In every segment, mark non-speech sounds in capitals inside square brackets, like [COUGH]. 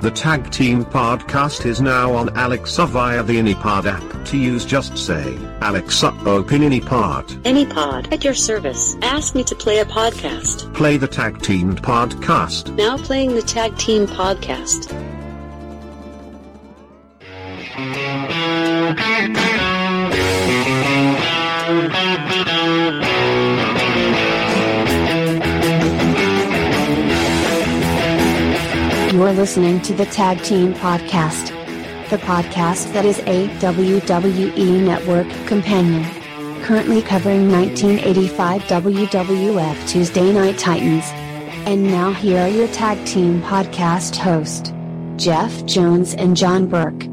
The Tag Team podcast is now on Alexa via the AnyPod app. To use, just say, Alexa, open AnyPod. AnyPod at your service. Ask me to play a podcast. Play the Tag Team podcast. Now playing the Tag Team podcast. You're listening to the Tag Team Podcast, the podcast that is a WWE Network companion. Currently covering 1985 WWF Tuesday Night Titans. And now here are your Tag Team Podcast host, Jeff Jones and John Burke.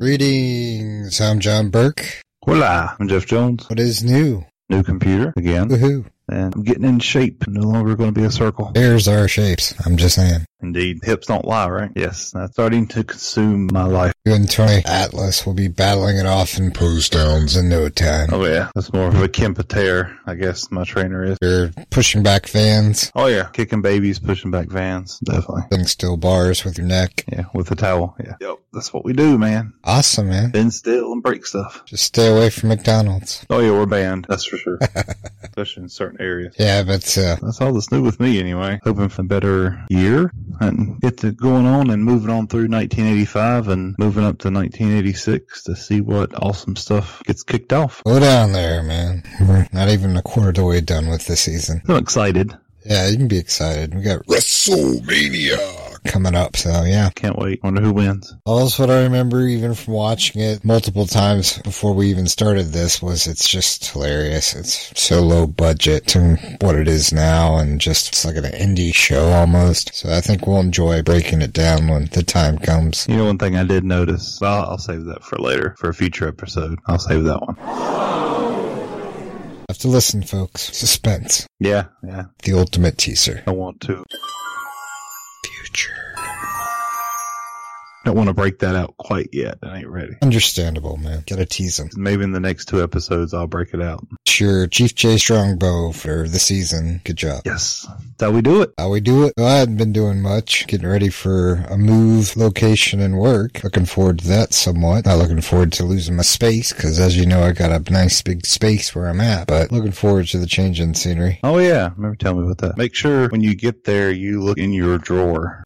Greetings, I'm John Burke. Hola, I'm Jeff Jones. What is new? New computer again, Woohoo. and I'm getting in shape. No longer going to be a circle. Bears are shapes. I'm just saying. Indeed, hips don't lie, right? Yes, that's starting to consume my life. You and Tony Atlas will be battling it off in pose downs in no time. Oh yeah, that's more of a Kempeter, I guess my trainer is. You're pushing back fans, Oh yeah, kicking babies, pushing back vans, definitely. putting steel bars with your neck. Yeah, with a towel. Yeah, yep, that's what we do, man. Awesome, man. Bend still and break stuff. Just stay away from McDonald's. Oh yeah, we're banned. That's for sure, especially in certain areas. Yeah, but uh, That's all that's new with me anyway. Hoping for a better year and get to going on and moving on through 1985 and moving up to 1986 to see what awesome stuff gets kicked off. slow down there, man. We're not even a quarter of the way done with the season. I'm excited. Yeah, you can be excited. We got WrestleMania coming up, so yeah. Can't wait. Wonder who wins. Also, what I remember even from watching it multiple times before we even started this was it's just hilarious. It's so low budget to what it is now and just it's like an indie show almost. So I think we'll enjoy breaking it down when the time comes. You know, one thing I did notice, I'll, I'll save that for later for a future episode. I'll save that one. Have to listen, folks. Suspense. Yeah, yeah. The ultimate teaser. I want to. Future. Don't want to break that out quite yet. I ain't ready. Understandable, man. Gotta tease them. Maybe in the next two episodes, I'll break it out. Sure, Chief J Strongbow for the season. Good job. Yes. That's how we do it. How we do it? Well, I hadn't been doing much. Getting ready for a move, location, and work. Looking forward to that somewhat. Not looking forward to losing my space, because as you know, I got a nice big space where I'm at. But looking forward to the change in scenery. Oh yeah, remember telling me about that. Make sure when you get there, you look in your drawer.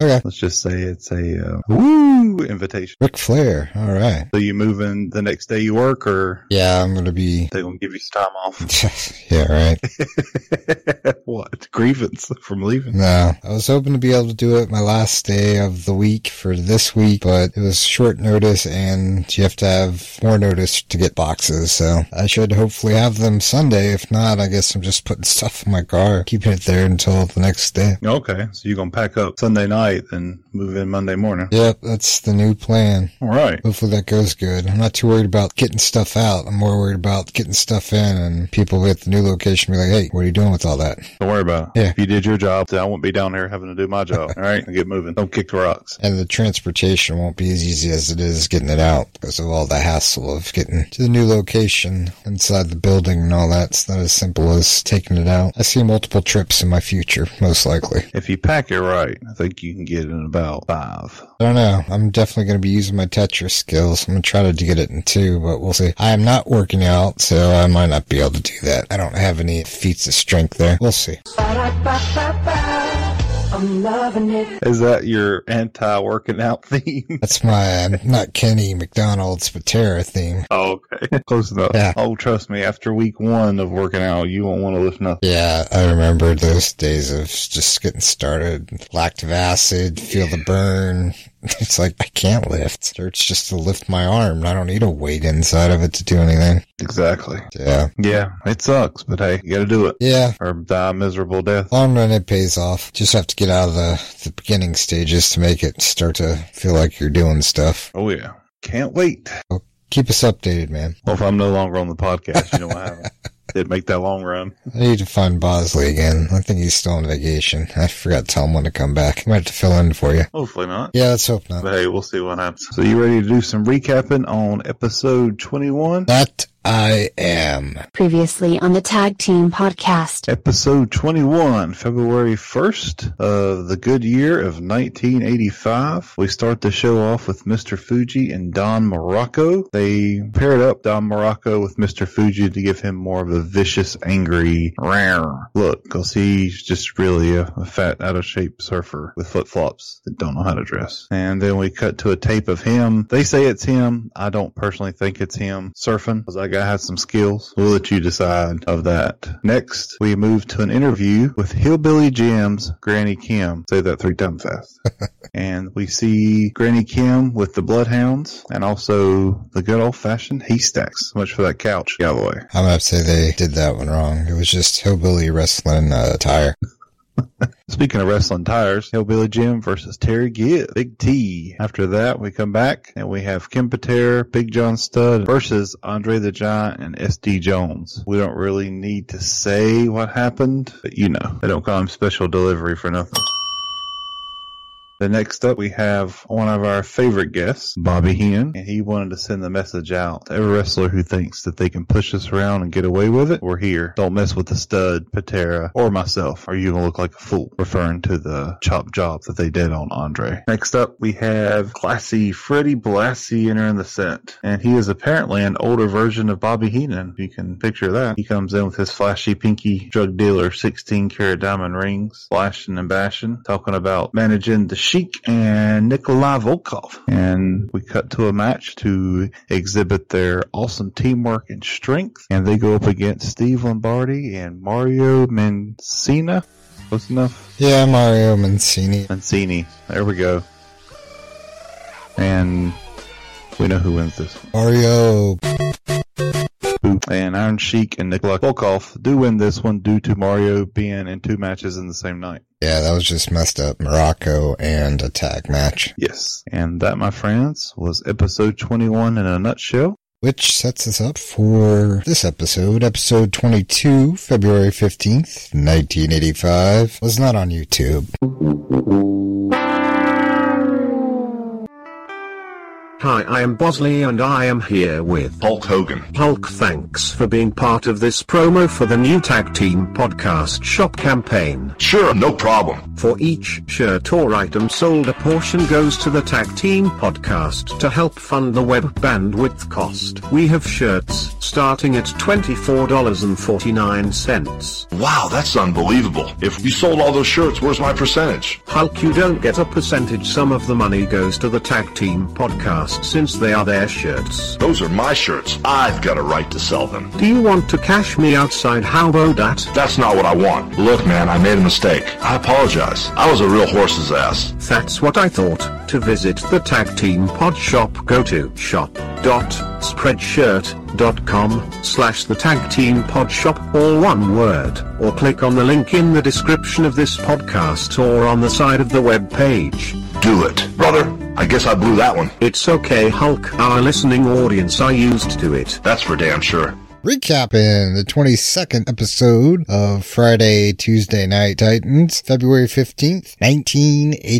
Okay. Let's just say it's a uh, woo invitation. Ric Flair. All right. So you move in the next day you work, or Yeah, I'm gonna be. [LAUGHS] they gonna give you some time [LAUGHS] off? yeah, right. what grievance from leaving? No, I was hoping to be able to do it my last day of the week for this week, but it was short notice and you have to have more notice to get boxes. So I should hopefully have them Sunday. If not, I guess I'm just putting [LAUGHS] stuff in my car, keeping it there until the next day. Okay, so you're gonna pack up Sunday night and move in Monday morning. Yep, that's the new plan. All right. Hopefully that goes good. I'm not too worried about getting stuff out. I'm more worried about getting stuff in and people at the new location be like, hey, what are you doing with all that? Don't worry about it. Yeah. If you did your job, then I won't be down here having to do my [LAUGHS] job. All right, get moving. Don't kick the rocks. And the transportation won't be as easy as it is getting it out because of all the hassle of getting to the new location inside the building and all that. It's not as simple as taking it out. I see multiple trips in my future, most likely. If you pack it right, I think you can get in about five. I don't know. I'm definitely going to be using my Tetris skills. I'm going to try to get it in two, but we'll see. I am not working out, so I might not be able to do that. I don't have any feats of strength there. We'll see. Is that your anti-working out [LAUGHS] theme? That's my, uh, not Kenny McDonald's, but Terra theme. Oh, okay. Close enough. Yeah. Oh, trust me, after week one of working out, you won't want to lift nothing. Yeah, I remember those days of just getting started. Lactic acid, feel the burn. [LAUGHS] It's like, I can't lift. It hurts just to lift my arm. I don't need a weight inside of it to do anything. Exactly. Yeah. Yeah, it sucks, but hey, you gotta do it. Yeah. Or die a miserable death. Long run, it pays off. Just have to get out of the, the beginning stages to make it start to feel like you're doing stuff. Oh, yeah. Can't wait. Keep us updated, man. Well, if I'm no longer on the podcast, you know what [LAUGHS] happened. Did make that long run. I need to find Bosley again. I think he's still on vacation. I forgot to tell him when to come back. I might have to fill in for you. Hopefully not. Yeah, let's hope not. But hey, we'll see what happens. So you ready to do some recapping on episode 21? That I am. Previously on the Tag Team Podcast. Episode 21, February 1st of the good year of 1985. We start the show off with Mr. Fuji and Don Morocco. They paired up Don Morocco with Mr. Fuji to give him more of a vicious, angry, rare look because he's just really a, a fat, out of shape surfer with flip flops that don't know how to dress. And then we cut to a tape of him. They say it's him. I don't personally think it's him surfing because that guy has some skills. We'll let you decide of that. Next, we move to an interview with Hillbilly Jim's Granny Kim. Say that three times fast. and we see Granny Kim with the Bloodhounds and also the good old fashioned he stacks. Much for that couch, Galloway. I'm gonna say they did that one wrong. It was just hillbilly wrestling uh, attire. Speaking of wrestling tires, Hillbilly Jim versus Terry Gibb, Big T. After that, we come back and we have Kim Pater, Big John Studd versus Andre the Giant and SD Jones. We don't really need to say what happened, but you know, they don't call him special delivery for nothing. The next up, we have one of our favorite guests, Bobby Heenan, and he wanted to send the message out to every wrestler who thinks that they can push us around and get away with it. We're here. Don't mess with the stud, Patera, or myself, or you gonna look like a fool. Referring to the chop job that they did on Andre. Next up, we have classy Freddie Blassie entering the set, and he is apparently an older version of Bobby Heenan. You can picture that. He comes in with his flashy pinky drug dealer 16 karat diamond rings, flashing and bashing, talking about managing the Sheik and Nikolai Volkov. And we cut to a match to exhibit their awesome teamwork and strength. And they go up against Steve Lombardi and Mario Mancina. Close enough? Yeah, Mario Mancini. Mancini. There we go. And we know who wins this one. Mario. And Iron Sheik and Nikolai Volkov do win this one due to Mario being in two matches in the same night. Yeah, that was just messed up. Morocco and a tag match, Yes. And that, my friends, was episode 21 in a nutshell. which sets us up for this episode. Episode 22, February 15th, 1985, was not on YouTube. Hi, I am Bosley and I am here with Hulk Hogan. Hulk. Thanks for being part of this promo for the new Tag Team Podcast Shop campaign. Sure, no problem. For each shirt or item sold, a portion goes to the Tag Team Podcast to help fund the web bandwidth cost. We have shirts starting at $24.49. Wow, that's unbelievable. If you sold all those shirts, where's my percentage? Hulk, you don't get a percentage. Some of the money goes to the Tag Team Podcast since they are their shirts. Those are my shirts. I've got a right to sell them. Do you want to cash me outside? How about that? That's not what I want. Look, man, I made a mistake. I apologize. I was a real horse's ass. That's what I thought. To visit the Tag Team Pod Shop, go to shop.spreadshirt.com slash the Tag Team Pod Shop, all one word, or click on the link in the description of this podcast or on the side of the web page. Do it. Brother, I guess I blew that one. It's okay, Hulk. Our listening audience are used to it. That's for damn sure. Recapping the 22nd episode of Friday, Tuesday Night Titans, February 15th,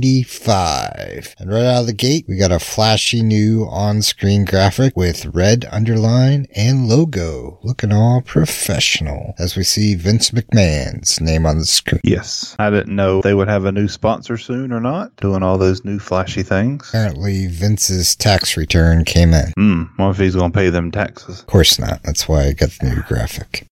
1985. And right out of the gate, we got a flashy new on-screen graphic with red underline and logo, looking all professional as we see Vince McMahon's name on the screen. Yes. I didn't know if they would have a new sponsor soon or not, doing all those new flashy things. Apparently, Vince's tax return came in. Hmm. What if he's going to pay them taxes? Of course not. That's why I got the new graphic.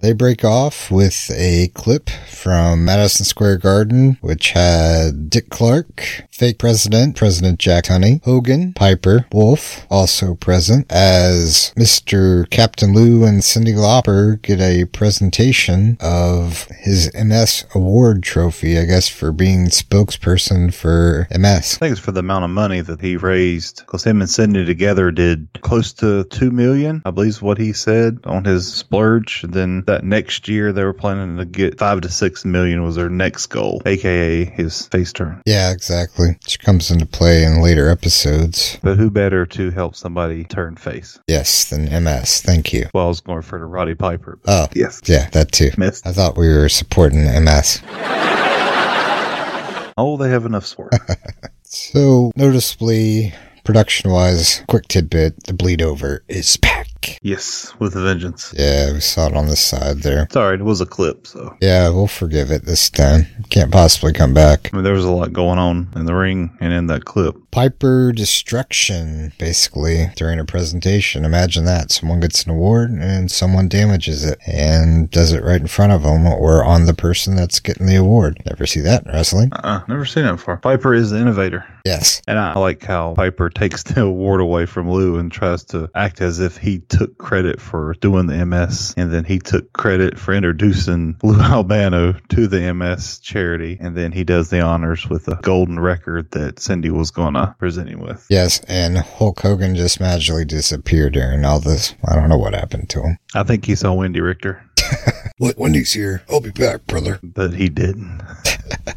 they break off with a clip from Madison Square Garden, which had Dick Clark, fake president, President Jack Honey, Hogan, Piper, Wolf, also present, as Mr. Captain Lou and Cindy Lauper get a presentation of his MS Award trophy, I guess, for being spokesperson for MS. I think it's for the amount of money that he raised because him and Cindy together did close to two million, I believe, is what he said on his splurge. And then that next year, they were planning to get five to six million was their next goal, aka his face turn. Yeah, exactly. Which comes into play in later episodes. But who better to help somebody turn face? Yes, then MS. Thank you. Well, I was going to refer to Roddy Piper. but- Oh, Yes. yeah, that too. Miss. I thought we were supporting MS. Oh, they have enough sport. So, noticeably, production wise, quick tidbit the bleed over is back. Yes, with a vengeance. Yeah, we saw it on the side there. Sorry, it was a clip, so. Yeah, we'll forgive it this time. Can't possibly come back. I mean, there was a lot going on in the ring and in that clip. Piper destruction, basically, during a presentation. Imagine that. Someone gets an award and someone damages it and does it right in front of them or on the person that's getting the award. Never see that in wrestling. Uh-uh, never seen it before. Piper is the innovator. Yes. And I like how Piper takes the award away from Lou and tries to act as if he took credit for doing the MS, and then he took credit for introducing Lou Albano to the MS charity, and then he does the honors with a golden record that Cindy was gonna present him with. Yes, and Hulk Hogan just magically disappeared during all this. I don't know what happened to him. I think he saw Wendy Richter, What Wendy's here. I'll be back, brother. but he didn't.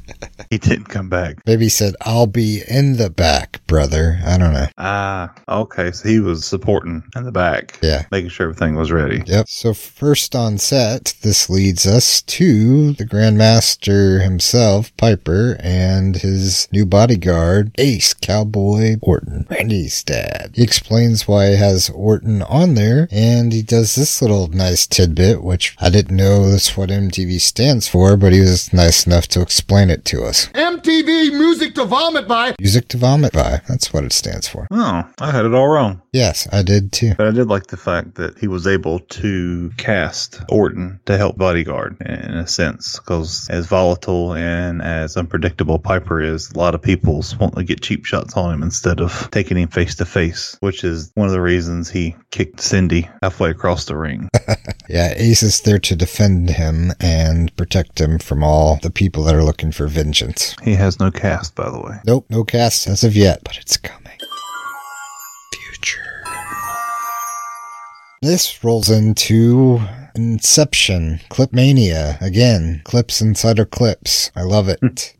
[LAUGHS] he didn't come back. Maybe he said, I'll be in the back, brother. I don't know. Ah, okay. So he was supporting in the back, Yeah. making sure everything was ready. Yep. So first on set, this leads us to the Grand Master himself, Piper, and his new bodyguard, Ace Cowboy Orton, Randy's dad. He explains why he has Orton on there, and he does this little nice tidbit, which I didn't know that's what MTV stands for, but he was nice enough to explain it to us. MTV Music to Vomit By. Music to vomit by. That's what it stands for. Oh, I had it all wrong. Yes, I did too. But I did like the fact that he was able to cast Orton to help Bodyguard in a sense, because as volatile and as unpredictable Piper is, a lot of people want to get cheap shots on him instead of taking him face to face, which is one of the reasons he kicked Cindy halfway across the ring. Yeah, Ace is there to defend him and protect him from all the people that are looking for vengeance. he has no cast, by the way. [LAUGHS] Nope, no cast as of yet, but it's coming. Future. This rolls into Inception, Clipmania. Again, clips inside of clips. I love it.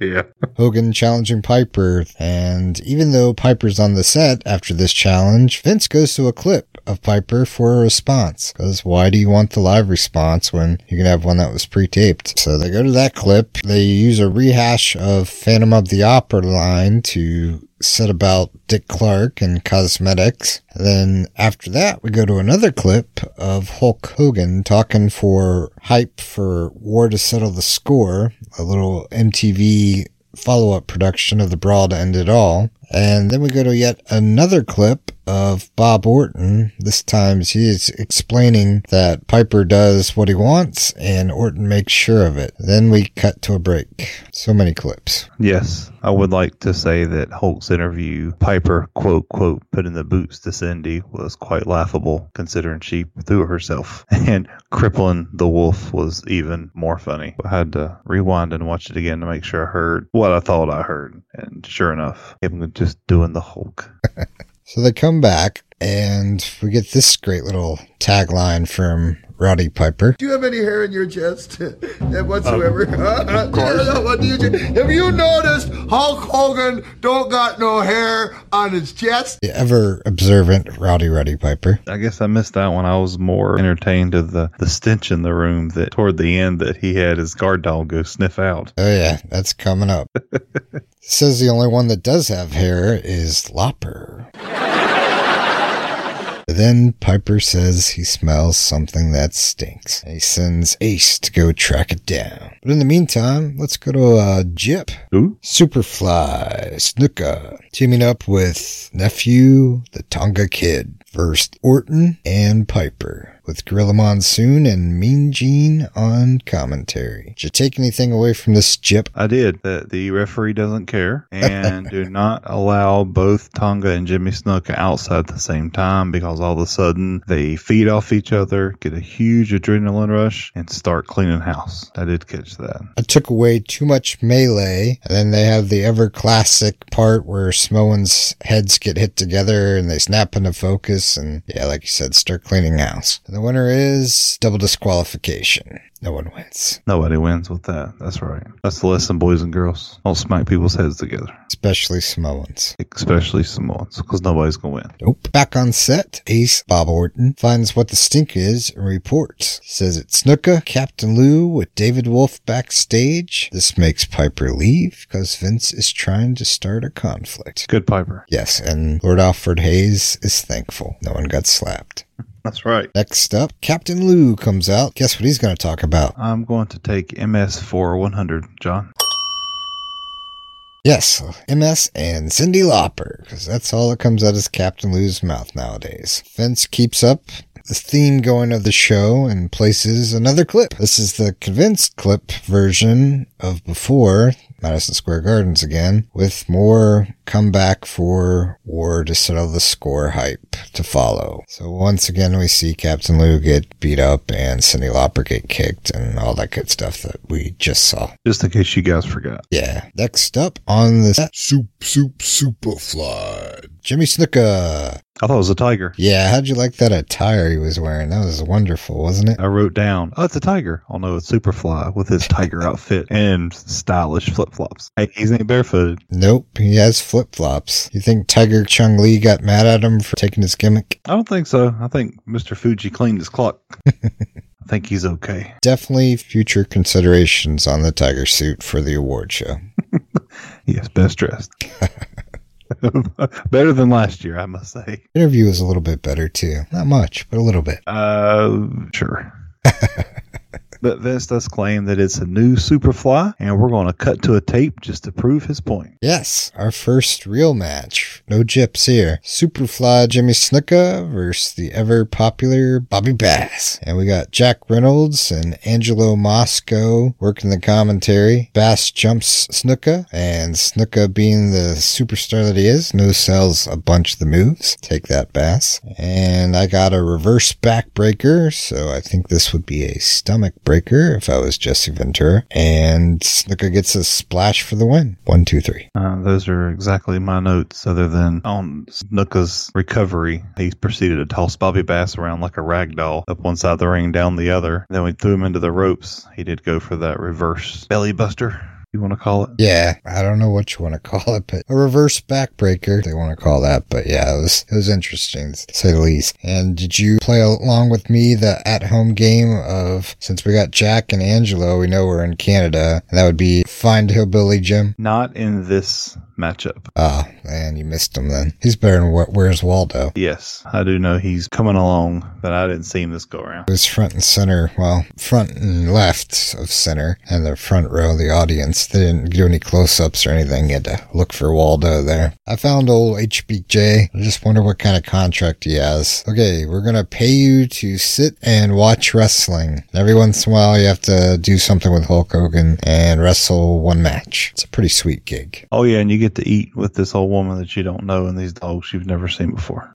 yeah. Hogan challenging Piper, and even though Piper's on the set after this challenge, Vince goes to a clip of Piper for a response. Because why do you want the live response when you can have one that was pre taped? So they go to that clip, they use a rehash of Phantom of the Opera line to set about Dick Clark and cosmetics. Then after that, we go to another clip of Hulk Hogan talking for hype for War to Settle the Score, a little MTV follow up production of The Brawl to End It All. And then we go to yet another clip of Bob Orton. This time he is explaining that Piper does what he wants and Orton makes sure of it. Then we cut to a break. So many clips. Yes, I would like to say that Hulk's interview, Piper, quote, quote, put in the boots to Cindy was quite laughable, considering she threw herself. [LAUGHS] And crippling the wolf was even more funny. I had to rewind and watch it again to make sure I heard what I thought I heard. And sure enough, him just doing the Hulk. So they come back, and we get this great little tagline from Roddy Piper. Do you have any hair in your chest [LAUGHS] that whatsoever? [LAUGHS] Uh, of course. what do you do? Have you noticed Hulk Hogan don't got no hair on his chest? The ever observant Rowdy Roddy Piper. I guess I missed that one. I was more entertained of the, the stench in the room that toward the end that he had his guard dog go sniff out. Oh, yeah, that's coming up. Says the only one that does have hair is Lopper. [LAUGHS] Then Piper says he smells something that stinks. And he sends Ace to go track it down. But in the meantime, let's go to uh, Jip. Ooh. Superfly, Snuka, teaming up with Nephew, the Tonga Kid, first Orton and Piper, with Gorilla Monsoon and Mean Gene on commentary. Did you take anything away from this jip? I did. That the referee doesn't care and do not allow both Tonga and Jimmy Snuka outside at the same time because all of a sudden they feed off each other, get a huge adrenaline rush, and start cleaning house. I did catch that. I took away too much melee, and then they have the ever classic part where Samoans' heads get hit together and they snap into focus, and yeah, like you said, start cleaning house. And the winner is double disqualification. No one wins, Nobody wins with that. That's right. That's the lesson, boys and girls. Don't smack people's heads together, especially Samoans. especially Samoans, because nobody's going to win. Nope. Back on set, Ace Bob Orton finds what the stink is and reports. Says it's Snuka, Captain Lou, with David Wolf backstage. This makes Piper leave because Vince is trying to start a conflict. Good Piper. Yes, and Lord Alfred Hayes is thankful. No one got slapped. That's right. Next up, Captain Lou comes out. Guess what he's going to talk about? I'm going to take MS4 100, John. Yes, MS and Cindy Lauper, because that's all that comes out of Captain Lou's mouth nowadays. Vince keeps up the theme going of the show and places another clip. This is the convinced clip version of before Madison Square Gardens again, with more comeback for war to settle the score hype to follow. So once again, we see Captain Lou get beat up and Cindy Lauper get kicked and all that good stuff that we just saw. Just in case you guys forgot. Yeah. Next up on the set, Soup, soup, superfly. Jimmy Snuka. I thought it was a tiger. Yeah, how'd you like that attire he was wearing? That was wonderful, wasn't it? I wrote down, oh, it's a tiger. Oh, no, it's Superfly with his tiger outfit and stylish flip flops. Hey, he's ain't barefooted. Nope, he has flip flops. You think Tiger Chung Lee got mad at him for taking his gimmick? I don't think so. I think Mr. Fuji cleaned his clock. I think he's okay. Definitely future considerations on the tiger suit for the award show. Yes, best dressed. Better than last year, I must say. Interview was a little bit better too. Not much, but a little bit. Uh, sure. but Vince does claim that it's a new Superfly, and we're going to cut to a tape just to prove his point. Yes, our first real match. No gyps here. Superfly Jimmy Snuka versus the ever popular Bobby Bass. And we got Jack Reynolds and Angelo Mosco working the commentary. Bass jumps Snuka, and Snuka, being the superstar that he is, no sells a bunch of the moves. Take that, Bass. And I got a reverse backbreaker, so I think this would be a stomach breaker if I was Jesse Ventura. And Snuka gets a splash for the win. One, two, three. Uh, those are exactly my notes, other than on Snooka's recovery. He proceeded to toss Bobby Bass around like a rag doll, up one side of the ring, down the other. Then we threw him into the ropes. He did go for that reverse belly buster, you want to call it? Yeah, I don't know what you want to call it, but a reverse backbreaker, they want to call that. But yeah, it was it was interesting to say the least. And did you play along with me the at home game of since we got Jack and Angelo, we know we're in Canada, and that would be find hillbilly Jim. Not in this matchup. Ah, man, you missed him then. He's better than Wh- where's Waldo. Yes, I do know he's coming along, but I didn't see him this go around. It was front and center, well, front and left of center, and the front row of the audience. They didn't do any close ups or anything. You had to look for Waldo there. I found old HBJ. I just wonder what kind of contract he has. Okay, we're going to pay you to sit and watch wrestling. Every once in a while, you have to do something with Hulk Hogan and wrestle one match. It's a pretty sweet gig. Oh yeah, and you get to eat with this old woman that you don't know and these dogs you've never seen before.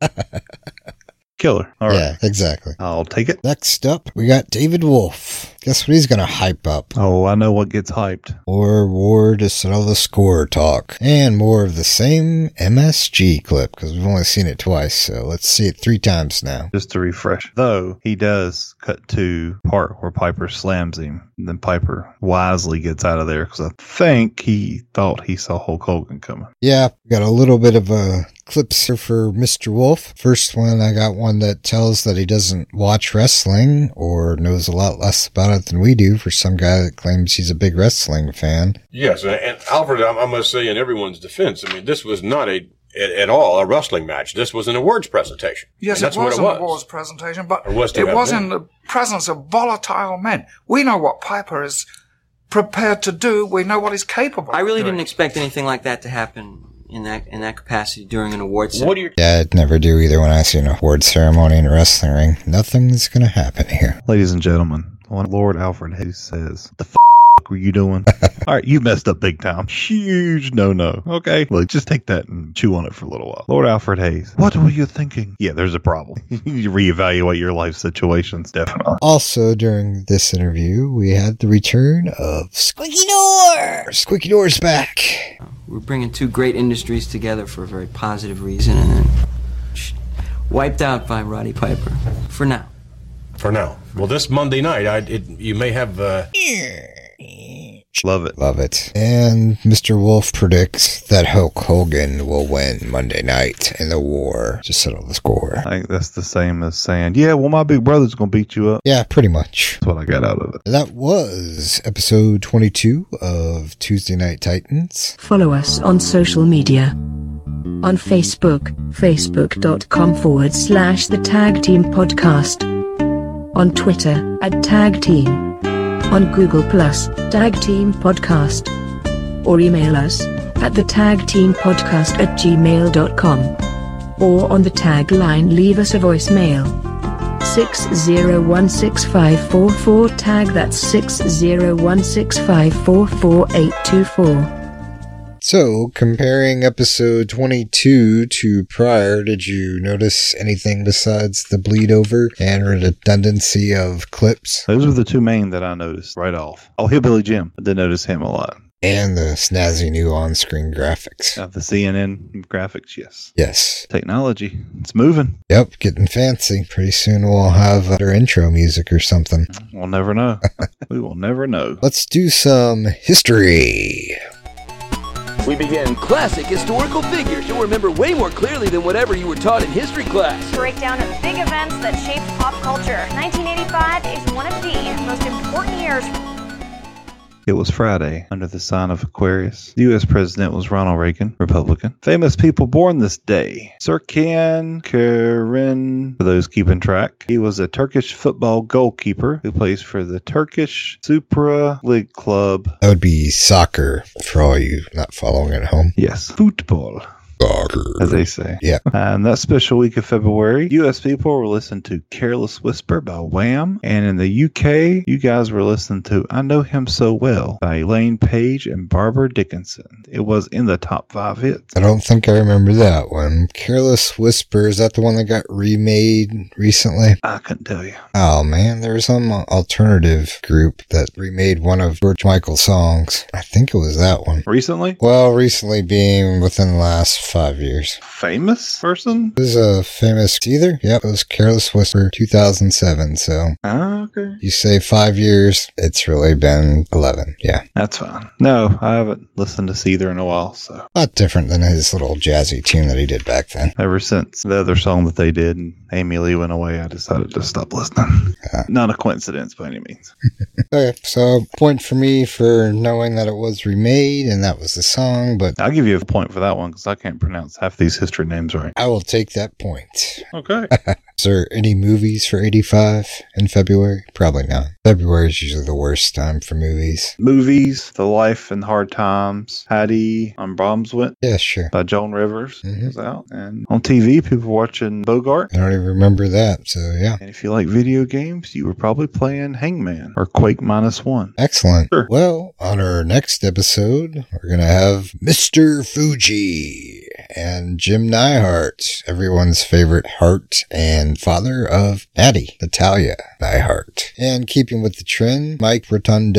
Killer. All right. Yeah, exactly. I'll take it. Next up, we got David Wolf. Guess what he's going to hype up? Oh, I know what gets hyped. or war to settle the score talk, and more of the same MSG clip because we've only seen it twice, so let's see it three times now. Just to refresh. Though he does cut to part where Piper slams him. And then Piper wisely gets out of there because I think he thought he saw Hulk Hogan coming. Yeah, got a little bit of a clips here for Mr. Wolf. First one, I got one that tells that he doesn't watch wrestling or knows a lot less about it than we do for some guy that claims he's a big wrestling fan. Yes, and, and Alfred, I, I must say, in everyone's defense, I mean, this was not a at, at all a wrestling match. This was an awards presentation. Yes, And that's it was what it an was. awards presentation, but Or was to it have was been. in the presence of volatile men. We know what Piper is prepared to do. We know what he's capable. I really of doing. didn't expect anything like that to happen in that in that capacity during an awards. What do you? Yeah, I'd never do either when I see an award ceremony in a wrestling ring. Nothing's gonna happen here. Ladies and gentlemen, when Lord Alfred Hayes says, The f were you [LAUGHS] doing? All right, you messed up big time. Huge no no. Okay, look, just take that and chew on it for a little while. Lord Alfred Hayes, what were you thinking? Yeah, there's a problem. [LAUGHS] you reevaluate your life situations, definitely. Also, during this interview, we had the return of Squeaky Door. Squeaky Door's back. We're bringing two great industries together for a very positive reason, and then wiped out by Roddy Piper for now. For now, Well, this Monday night, I it, you may have. Uh, Love it. Love it. And Mr. Wolf predicts that Hulk Hogan will win Monday night in the war to settle the score. I think that's the same as saying, yeah, well, my big brother's going to beat you up. Yeah, pretty much. That's what I got out of it. That was episode 22 of Tuesday Night Titans. Follow us on social media. On Facebook, facebook.com forward slash the tag team podcast. On Twitter, at tag team. On Google Plus, tag team podcast. Or email us at the tag team podcast at gmail.com. Or on the tagline, leave us a voicemail. 6016544 tag that's 60165448824. So, comparing episode 22 to prior, did you notice anything besides the bleed over and redundancy of clips Those were the two main that I noticed right off. Oh, Hillbilly Jim. I did notice him a lot. and the snazzy new on screen graphics? Uh, the CNN graphics, yes. Yes. Technology. It's moving. Yep, getting fancy. Pretty soon we'll have better intro music or something. We'll never know. [LAUGHS] we will never know. Let's do some history. We begin. Classic historical figures you'll remember way more clearly than whatever you were taught in history class. Breakdown of big events that shaped pop culture. 1985 is one of the most important years. It was Friday, under the sign of Aquarius. The U.S. president was Ronald Reagan, Republican. Famous people born this day Serkan Karen, for those keeping track. He was a Turkish football goalkeeper who plays for the Turkish Supra League Club. That would be soccer for all you not following at home. Yes, football, as Soccer. they say. Yeah. And Um, that special week of February, U.S. people were listening to Careless Whisper by Wham. And in the U.K., you guys were listening to I Know Him So Well by Elaine Page and Barbara Dickinson. It was in the top five hits. I don't think I remember that one. Careless Whisper, is that the one that got remade recently? I couldn't tell you. Oh man, there was some alternative group that remade one of George Michael's songs. I think it was that one. Recently, Well, recently being within the last five years. famous person? This is a famous either. Yep, it was Careless Whisper 2007. So Ah, okay. you say five years, it's really been 11. Yeah. That's fine. No, I haven't listened to Seether in a while, so A lot different than his little jazzy tune that he did back then. [LAUGHS] ever since the other song that they did and Amy Lee went away, I decided to stop listening. Yeah. Not a coincidence by any means. Okay, so point for me for knowing that it was remade and that was the song, but I'll give you a point for that one because I can't pronounce half these history names right. I will take that point. Okay. Is there any movies for 85 in February? Probably not. February is usually the worst time for movies. Movies, The Life and Hard Times, Hattie on Bromswit Yeah, sure. by Joan Rivers Mhm. was out. And on TV, people were watching Bogart. I don't even remember that, so yeah. And if you like video games, you were probably playing Hangman or Quake Minus One. Excellent. Sure. Well, on our next episode, we're going to have Mr. Fuji and Jim Nyhart, everyone's favorite heart and father of Patty, Natalia Nyhart. And keeping with the trend, Mike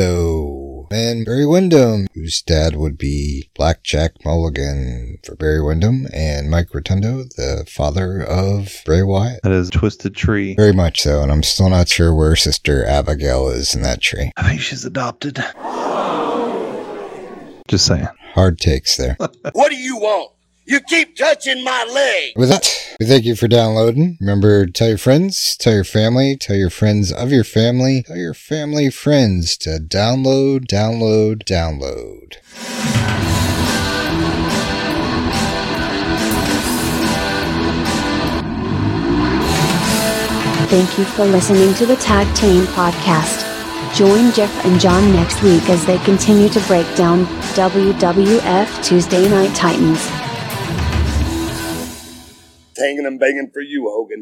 Rotundo and Barry Windham, whose dad would be Black Jack Mulligan for Barry Windham, and Mike Rotundo, the father of Bray Wyatt. That is Twisted Tree. Very much so, and I'm still not sure where Sister Abigail is in that tree. I think she's adopted. Just saying. Hard takes there. [LAUGHS] What do you want? You keep touching my leg. With that, we thank you for downloading. Remember, tell your friends, tell your family, tell your friends of your family, tell your family friends to download, download, download. Thank you for listening to the Tag Team Podcast. Join Jeff and John next week as they continue to break down WWF Tuesday Night Titans. Hanging and banging for you, Hogan.